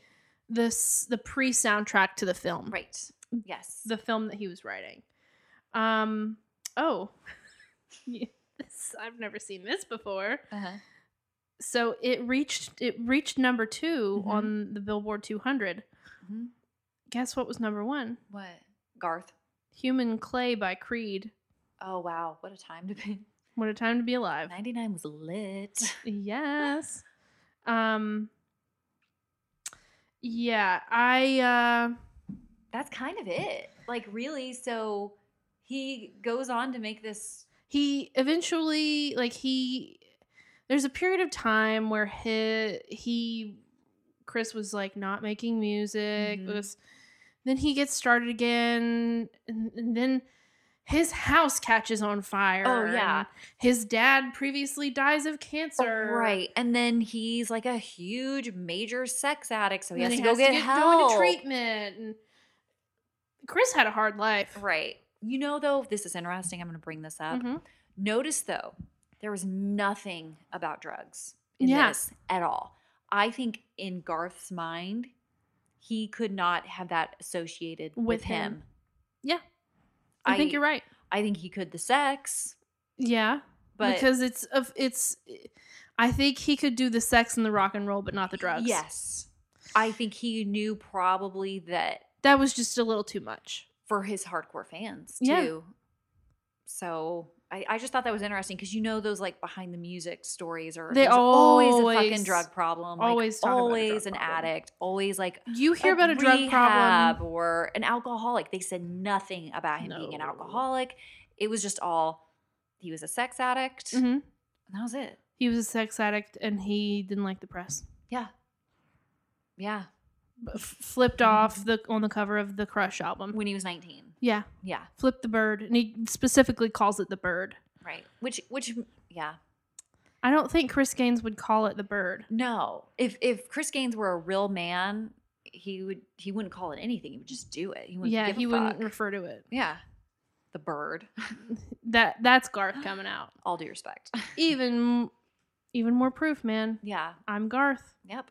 B: this the pre-soundtrack to the film.
A: Right. Yes.
B: Mm, the film that he was writing. Um oh. <laughs> Yeah, this, I've never seen this before.
A: Uh-huh.
B: so it reached it reached number 2
A: Mhm.
B: on the Billboard 200.
A: Mhm.
B: Guess what was number one?
A: What? Garth.
B: Human Clay by Creed.
A: Oh wow, what a time to
B: <laughs>
A: be.
B: What a time to be alive.
A: 99 was lit.
B: Yes. um. Yeah, I. uh
A: that's kind of it. Like really, so he goes on to make this
B: He eventually like he. There's a period of time where he he Chris was like not making music.
A: Mhm.
B: was- then he gets started again, and, and then his house catches on fire.
A: Oh, yeah.
B: and his dad previously dies of cancer.
A: Oh, right, and then he's like a huge major sex addict, so he
B: then
A: has to go get
B: go
A: help.
B: into treatment. And Chris had a hard life.
A: Right. You know though, this is interesting. I'm going to bring this up.
B: Mhm.
A: Notice though, there was nothing about drugs in
B: Yeah.
A: this at all. I think in Garth's mind, he could not have that associated with,
B: With
A: him.
B: him. I, think
A: I-
B: you're right.
A: I think he could the sex,
B: Yeah,
A: but
B: because it's of it's. I think he could do the sex and the rock and roll, but not the drugs.
A: Yes. I think he knew probably that
B: that was just a little too much.
A: for his hardcore fans too.
B: Yeah.
A: So I, I just thought that was interesting because you know those like behind the music stories are
B: They
A: there's always, a fucking
B: always-
A: drug problem, like,
B: always talk about a drug
A: always an
B: problem.
A: addict, always like
B: You hear about a drug
A: rehab
B: problem.
A: or an alcoholic. They said nothing about him being an
B: No.
A: alcoholic. It was just all he was a sex addict, and
B: Mhm.
A: that was it.
B: He was a sex addict and he didn't like the press.
A: Yeah, yeah.
B: F- flipped
A: Mm-hmm.
B: off the on the cover of the Crush album.
A: When he was nineteen,
B: Mm-hmm. yeah,
A: yeah,
B: flipped the bird, and he specifically calls it the bird.
A: right. Which, which, yeah.
B: I don't think Chris Gaines would call it the bird.
A: No, if if Chris Gaines were a real man, he would he wouldn't call it anything. He would just do it. He wouldn't.
B: yeah,
A: give
B: he
A: a
B: wouldn't
A: fuck.
B: refer to it.
A: yeah, the bird.
B: That that's Garth
A: <gasps>
B: coming out.
A: All due respect.
B: <laughs> Even even more proof, man.
A: yeah.
B: I'm Garth.
A: Yep.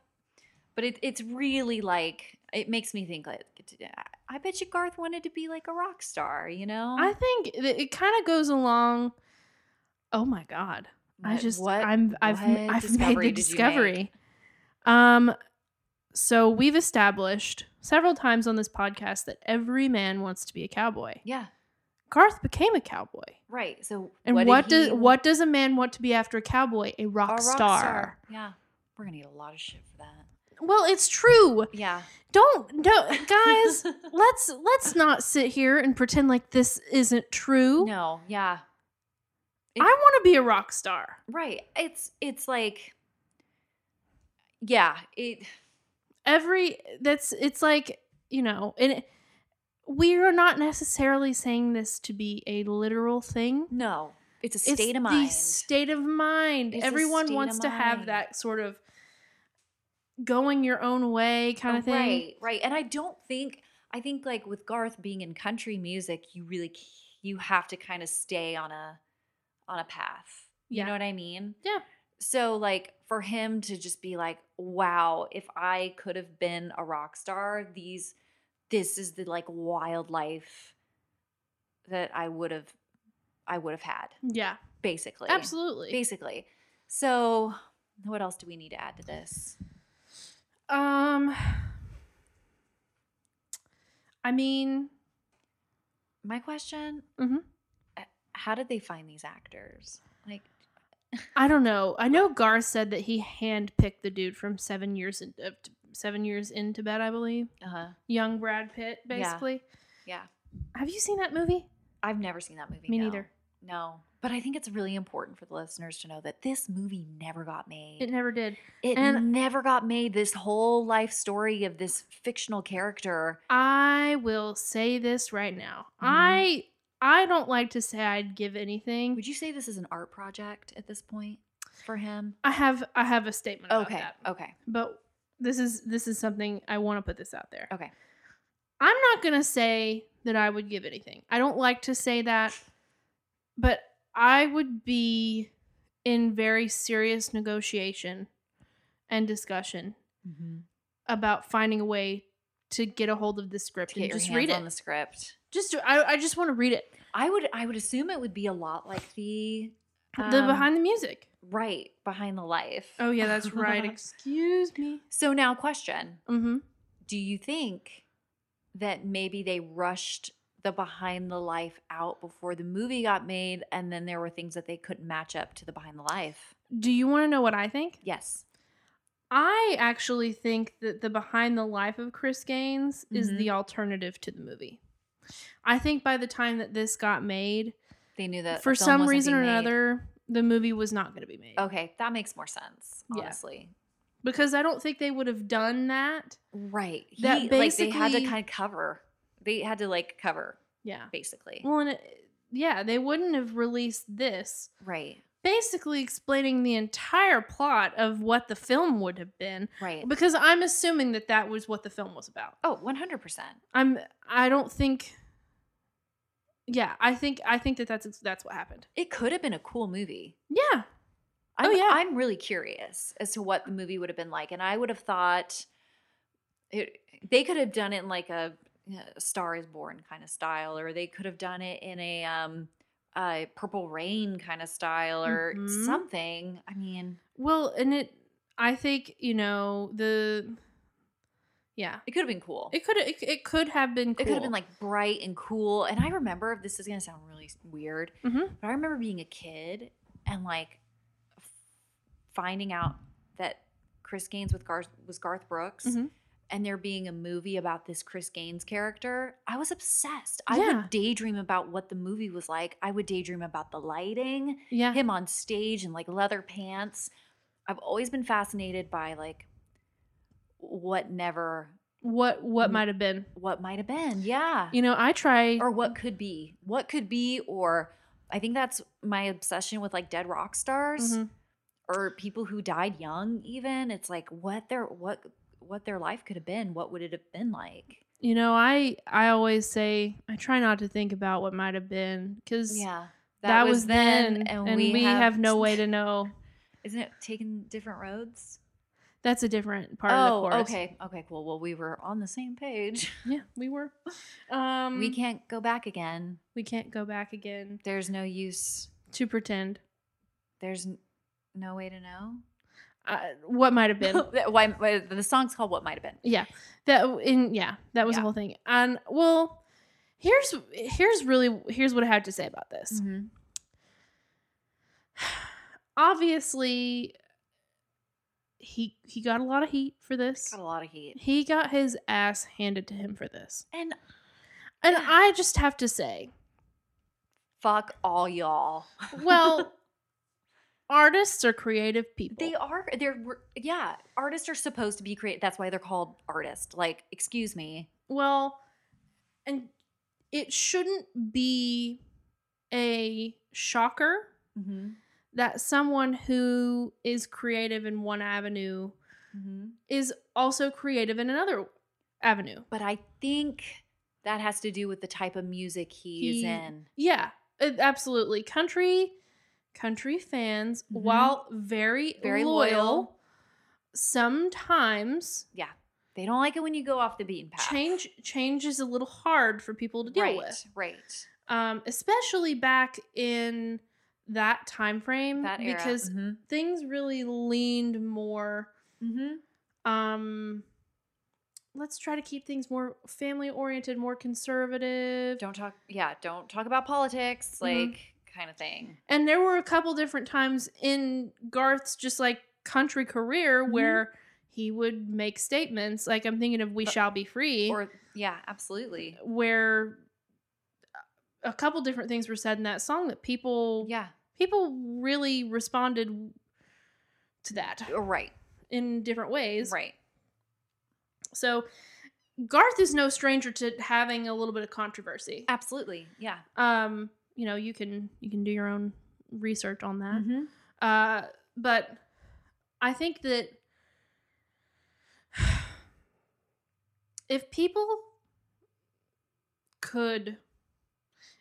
A: But it, it's really like it makes me think like I bet you Garth wanted to be like a rock star. You know.
B: I think it, it kind of goes along. Oh my god! I
A: What-
B: just
A: what
B: I'm I've m-
A: what
B: I've <laughs> made
A: discovery
B: the
A: did you make?
B: discovery. Um, so we've established several times on this podcast that every man wants to be a cowboy.
A: yeah.
B: Garth became a cowboy,
A: Right. So
B: and
A: did
B: what, does
A: he-
B: what does a man want to be after a cowboy? A
A: a
B: rock,
A: rock
B: star.
A: Yeah. We're gonna get a lot of shit for that.
B: Well, it's true.
A: Yeah. <laughs>
B: Don't don't guys. let's let's not sit here and pretend like this isn't true.
A: no. Yeah.
B: I want to be a rock star.
A: Right. It's it's like yeah, it
B: every that's it's like you know and it, we are not necessarily saying this to be a literal thing
A: no. It's a
B: It's
A: state of
B: the
A: mind.
B: state of mind
A: It's a
B: everyone
A: state of
B: wants to have
A: mind.
B: that sort of going your own way kind of thing
A: Oh, Right, right. And I don't think I think like with Garth being in country music, you really c- you have to kind of stay on a on a path.
B: Yeah.
A: You know what I mean?
B: Yeah.
A: So like for him to just be like, "Wow, if I could have been a rock star, these this is the like wildlife that I would have I would have had."
B: yeah
A: basically.
B: absolutely
A: Basically. So, what else do we need to add to this?
B: um i mean
A: My question
B: Mhm.
A: uh, How did they find these actors? Like,
B: i don't know i know garth said that he handpicked the dude from seven years in, of seven years in tibet i believe
A: uh huh.
B: young brad pitt
A: Yeah.
B: basically
A: Yeah.
B: Have you seen that movie?
A: I've never seen that movie.
B: Me
A: no.
B: neither.
A: No. But I think it's really important for the listeners to know that this movie never got
B: It
A: made.
B: never did.
A: It,
B: and-
A: never got made. This whole life story of this fictional character.
B: I will say this right now.
A: Mhm.
B: I I don't like to say I'd give anything.
A: Would you say this is an art project at this point for him?
B: I have I have a statement about
A: Okay.
B: that.
A: Okay.
B: But this is this is something I want to put this out there.
A: Okay.
B: I'm not going to say that I would give anything. I don't like to say that, but I would be in very serious negotiation and discussion
A: Mm-hmm.
B: about finding a way to get a hold of the script
A: To get
B: and
A: your
B: just
A: hands
B: read it.
A: on the script.
B: just I, I just want to read it
A: I would I would assume it would be a lot like the
B: the
A: um,
B: behind the music
A: right behind the life.
B: oh yeah that's
A: <laughs>
B: right excuse me
A: so now question,
B: mm-hmm
A: do you think that maybe they rushed the behind the life out before the movie got made and then there were things that they couldn't match up to the behind the life?
B: do you want to know what i think
A: Yes.
B: i actually think that the behind the life of chris gaines is
A: Mhm.
B: the alternative to the movie i think by the time that this got made
A: They knew that
B: for
A: a film
B: some
A: wasn't
B: reason or
A: being made. Oh.
B: another the movie was not going to be made
A: Okay, that makes more sense,
B: Yeah.
A: honestly.
B: because i don't think they would have done that
A: Right. He,
B: That
A: like they had to
B: basically-
A: kind of cover. They had to like cover
B: yeah
A: basically.
B: well and it, yeah they wouldn't have released this
A: Right.
B: basically explaining the entire plot of what the film would have been
A: Right.
B: because i'm assuming that that was what the film was about
A: Oh, 100%.
B: i'm i don't think yeah i think i think that that's that's what happened
A: It could have been a cool movie.
B: yeah Oh,
A: I'm,
B: yeah.
A: I'm really curious as to what the movie would have been like. And I would have thought it, they could have done it in like a, uh, Star is Born kind of style, or they could have done it in a, um, a Purple Rain kind of style or
B: Mhm.
A: something. I mean,
B: well and it i think you know the yeah
A: it could have been cool.
B: it could it, it could have been cool.
A: It could have been like bright and cool. And I remember this is gonna sound really s- weird,
B: Mhm.
A: but I remember being a kid and like f- finding out that Chris Gaines with Garth was Garth Brooks,
B: Mhm.
A: and there being a movie about this Chris Gaines character. I was obsessed. I
B: Yeah.
A: would daydream about what the movie was like. I would daydream about the lighting,
B: yeah
A: him on stage in like leather pants. I've always been fascinated by like what never
B: what what
A: Mm.
B: might have been
A: what might have been. Yeah
B: you know i try
A: or what could be what could be or i think that's my obsession with like dead rock stars
B: Mhm.
A: or people who died young even it's like what their what what their life could have been what would it have been like
B: You know, I I always say I try not to think about what might have been because
A: yeah
B: that, was, then, and, we, have,
A: <laughs>
B: no way to know.
A: isn't it taking different roads
B: That's a different part of the
A: oh
B: course.
A: okay okay cool well we were on the same
B: <laughs>
A: page
B: Yeah, we were. Um,
A: we can't go back again
B: we can't go back again
A: there's no use
B: to pretend
A: there's n- no way to know
B: uh, what might
A: <laughs>
B: have been.
A: That- why, why- the song's called what might have been
B: yeah, that in yeah, that was
A: Yeah.
B: the whole thing. And well, here's here's really here's what I have to say about this.
A: Mhm. Mm.
B: <sighs> Obviously, he he got a lot of heat for this.
A: got a lot of heat
B: He got his ass handed to him for this.
A: and <sighs>
B: And I just have to say,
A: fuck all y'all <laughs>
B: well, artists are creative people.
A: They are. They're wor- yeah. Artists are supposed to be creative. That's why they're called artists. Like, excuse me.
B: Well, and it shouldn't be a shocker
A: Mm-hmm.
B: that someone who is creative in one avenue
A: Mm-hmm.
B: is also creative in another avenue.
A: But I think that has to do with the type of music he, is
B: He-
A: in.
B: Yeah, it- absolutely. Country country fans
A: Mhm.
B: while very
A: Very
B: loyal,
A: loyal.
B: sometimes
A: They don't like it when you go off the beaten path.
B: change change is a little hard for people to deal
A: Right.
B: with.
A: Right.
B: um, especially back in that time frame
A: That era.
B: Mm, because
A: Mhm.
B: things really leaned more Mm-hmm.
A: Mhm.
B: um let's try to keep things more family oriented more conservative
A: Don't talk. Yeah. Don't talk about politics.
B: Mhm.
A: Like kind of thing.
B: and there were a couple different times in garth's just like country career
A: Mhm.
B: where he would make statements like i'm thinking of we
A: But-
B: shall be free
A: Uh, Or yeah. Absolutely.
B: where a couple different things were said in that song that people
A: Yeah.
B: people really responded to that
A: oh, Right.
B: in different ways.
A: Right.
B: So Garth is no stranger to having a little bit of controversy.
A: Absolutely. Yeah.
B: Um, you know, you can you can do your own research on that.
A: Mm-hmm.
B: Uh, but I think that <sighs> if people could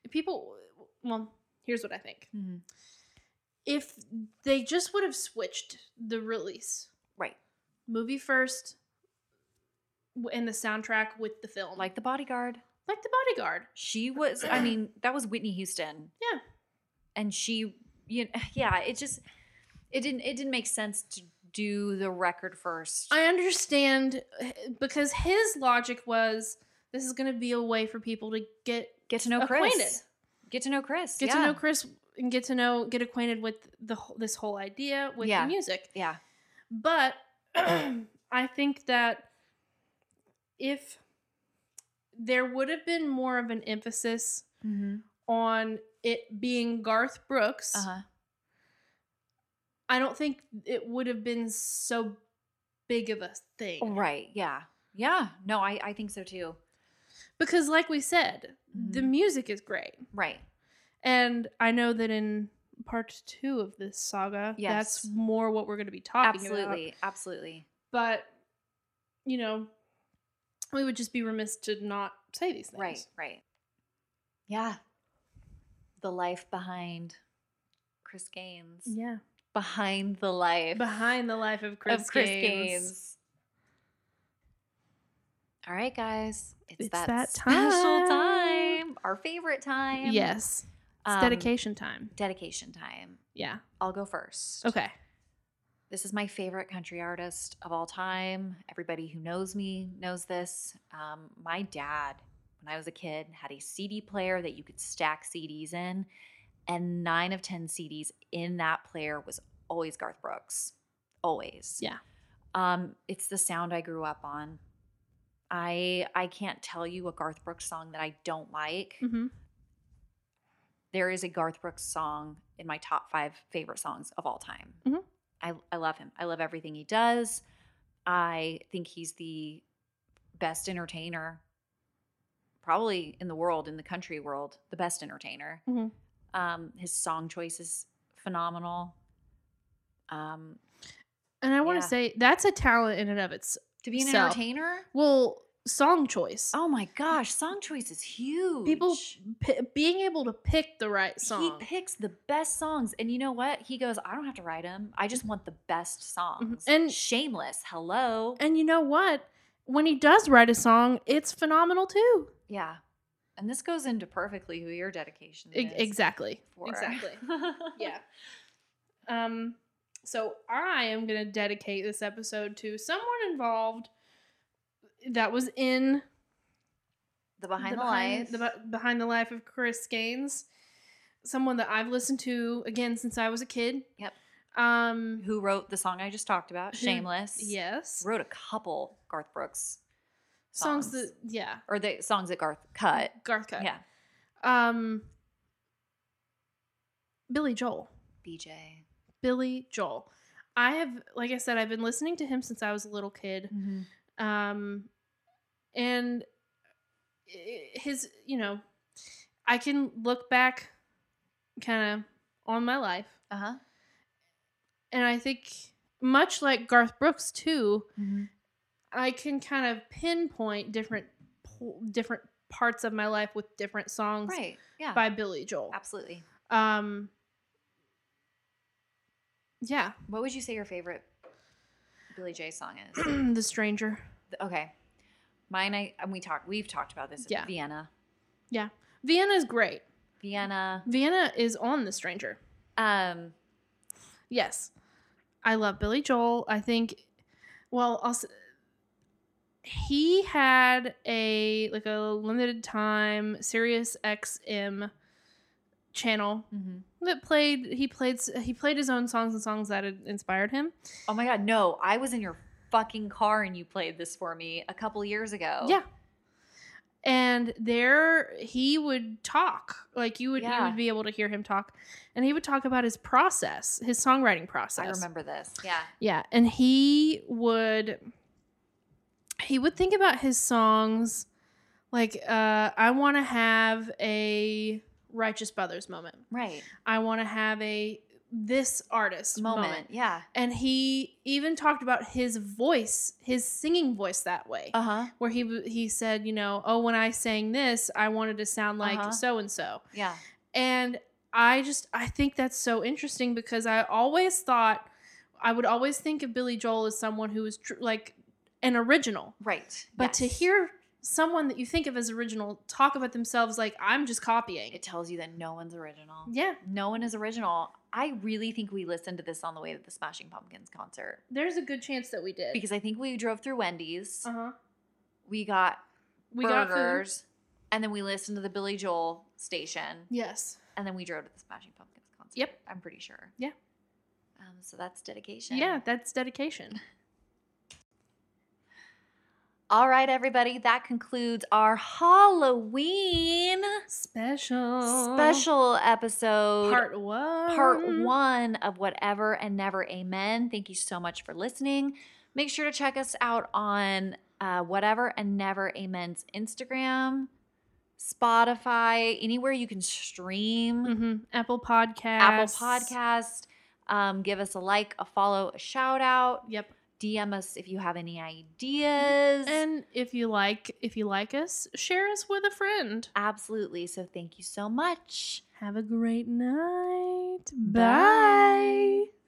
B: if people well, here's what I think.
A: Mm-hmm.
B: if they just would have switched the release
A: Right.
B: movie first w- and the soundtrack with the film
A: Like the bodyguard.
B: like the bodyguard
A: She was, I mean, <clears throat> that was Whitney Houston.
B: Yeah.
A: And she, you <sighs> yeah, it just, it didn't, it didn't make sense to do the record first.
B: i understand eh, because his logic was this is going to be a way for people to get
A: get to know Chris.
B: acquainted.
A: Get to know Chris.
B: get
A: yeah.
B: to know chris and get to know get acquainted with the wh- this whole idea with
A: Yeah.
B: the music
A: Yeah.
B: But <clears throat> I think that if there would have been more of an emphasis
A: Mm-hmm.
B: on it being Garth Brooks,
A: Uh huh.
B: I don't think it would have been so big of a thing.
A: Oh, Right. Yeah. Yeah. No, I, I think so too.
B: Because, like we said, the
A: Mhm.
B: music is great.
A: Right.
B: And I know that in part two of this saga, that's
A: Yes.
B: more what we're going to be talking about.
A: Absolutely. Absolutely.
B: But, you know, we would just be remiss to not say these things.
A: Right. Right. Yeah. The life behind Chris Gaines.
B: Yeah.
A: Behind the life.
B: Behind the life of Chris,
A: of Chris
B: Gaines.
A: Gaines. All right, guys, it's,
B: It's
A: that,
B: that
A: special
B: time.
A: time, our favorite time.
B: Yes. It's
A: Um,
B: dedication time.
A: dedication time.
B: Yeah.
A: I'll go first.
B: Okay.
A: This is my favorite country artist of all time. Everybody who knows me knows this. Um, my dad, when I was a kid, had a CD player that you could stack CDs in, and nine of 10 CDs in that player was always Garth Brooks. Always.
B: Yeah.
A: Um, it's the sound I grew up on. I I can't tell you a Garth Brooks song that I don't like.
B: Mm-hmm.
A: There is a Garth Brooks song in my top five favorite songs of all time.
B: Mhm.
A: I, I love him. I love everything he does. I think he's the best entertainer, probably in the world, in the country world, the best entertainer.
B: Mhm.
A: Um, his song choice is phenomenal. um,
B: And I want to
A: Yeah.
B: say that's a talent in and of its.
A: to be an
B: So-
A: entertainer.
B: Well, song choice.
A: Oh my gosh, song choice is huge.
B: People p- being able to pick the right song.
A: He picks the best songs, and you know what? He goes, "I don't have to write them. I just want the best songs."
B: Mm-hmm. And-
A: Shameless, hello,
B: and you know what? When he does write a song, it's phenomenal too.
A: yeah. And this goes into perfectly who your dedication
B: E-
A: is.
B: exactly.
A: for. <laughs>
B: Exactly. yeah. Um, so I am gonna dedicate this episode to someone involved that was in
A: the behind the, life.
B: the Be- behind the life of Chris Gaines, someone that I've listened to again since I was a kid.
A: Yep.
B: Um,
A: who wrote the song I just talked about?
B: Who-
A: Shameless.
B: yes,
A: Wrote a couple Garth Brooks
B: songs
A: songs.
B: that yeah,
A: or the songs that Garth cut.
B: Garth Cut.
A: Yeah.
B: Um, Billy Joel.
A: BJ.
B: Billy Joel. I have, like I said, I've been listening to him since I was a little kid.
A: Mm-hmm.
B: um and i- his you know i can look back kind of on my life
A: Uh huh.
B: and i think much like garth brooks too
A: Mm-hmm.
B: i can kind of pinpoint different po- different parts of my life with different songs
A: Right. Yeah.
B: by billy joel
A: Absolutely.
B: um yeah <clears throat>
A: What would you say your favorite Billy J song is?
B: the stranger
A: okay. Mine, I and we talked. We've talked about this.
B: Yeah.
A: Vienna.
B: vienna is great
A: Vienna.
B: vienna is on the stranger
A: Um.
B: Yes. I love Billy Joel. I think well, also he had a like a limited time Sirius XM channel
A: mhm.
B: that played he played s- he played his own songs and songs that had inspired him.
A: Oh my God! No, I was in your fucking car and you played this for me a couple years ago.
B: Yeah. And there he would talk. Like you would you
A: Yeah.
B: would be able to hear him talk. And he would talk about his process, his songwriting process.
A: I remember this. Yeah.
B: Yeah, and he would he would think about his songs like uh I want to have a righteous brothers moment.
A: Right.
B: I want to have a this artist
A: Moment.
B: moment.
A: Yeah.
B: And he even talked about his voice, his singing voice that way.
A: Uh huh.
B: where he w- he said, you know, oh when I sang this, I wanted to sound
A: Uh-huh.
B: like so and so.
A: Yeah.
B: And I just I think that's so interesting because I always thought I would always think of Billy Joel as someone who was tr- like an original.
A: Right.
B: But to
A: Yes.
B: hear someone that you think of as original talk about themselves like I'm just copying.
A: it tells you that no one's original.
B: yeah,
A: No one is original. I really think we listened to this on the way to the Smashing Pumpkins concert
B: there's a good chance that we did.
A: because I think we drove through Wendy's.
B: uh-huh.
A: We got
B: We got food.
A: burgers, and then we listened to the Billy Joel station,
B: Yes.
A: and then we drove to the Smashing Pumpkins concert.
B: Yep.
A: I'm pretty sure.
B: Yeah.
A: Um, so that's dedication.
B: Yeah,
A: <laughs>
B: that's dedication.
A: All right, everybody. That concludes our Halloween
B: Special.
A: special episode.
B: part 1.
A: part one of whatever and never amen thank you so much for listening make sure to check us out on uh, whatever and never amen's instagram spotify anywhere you can stream
B: hmm Apple Podcasts.
A: apple podcast um, give us a like a follow a shout out
B: Yep.
A: dm us if you have any ideas
B: And if you like if you like us, share us with a friend.
A: absolutely so thank you so much
B: Have a great night.
A: Bye.
B: Bye.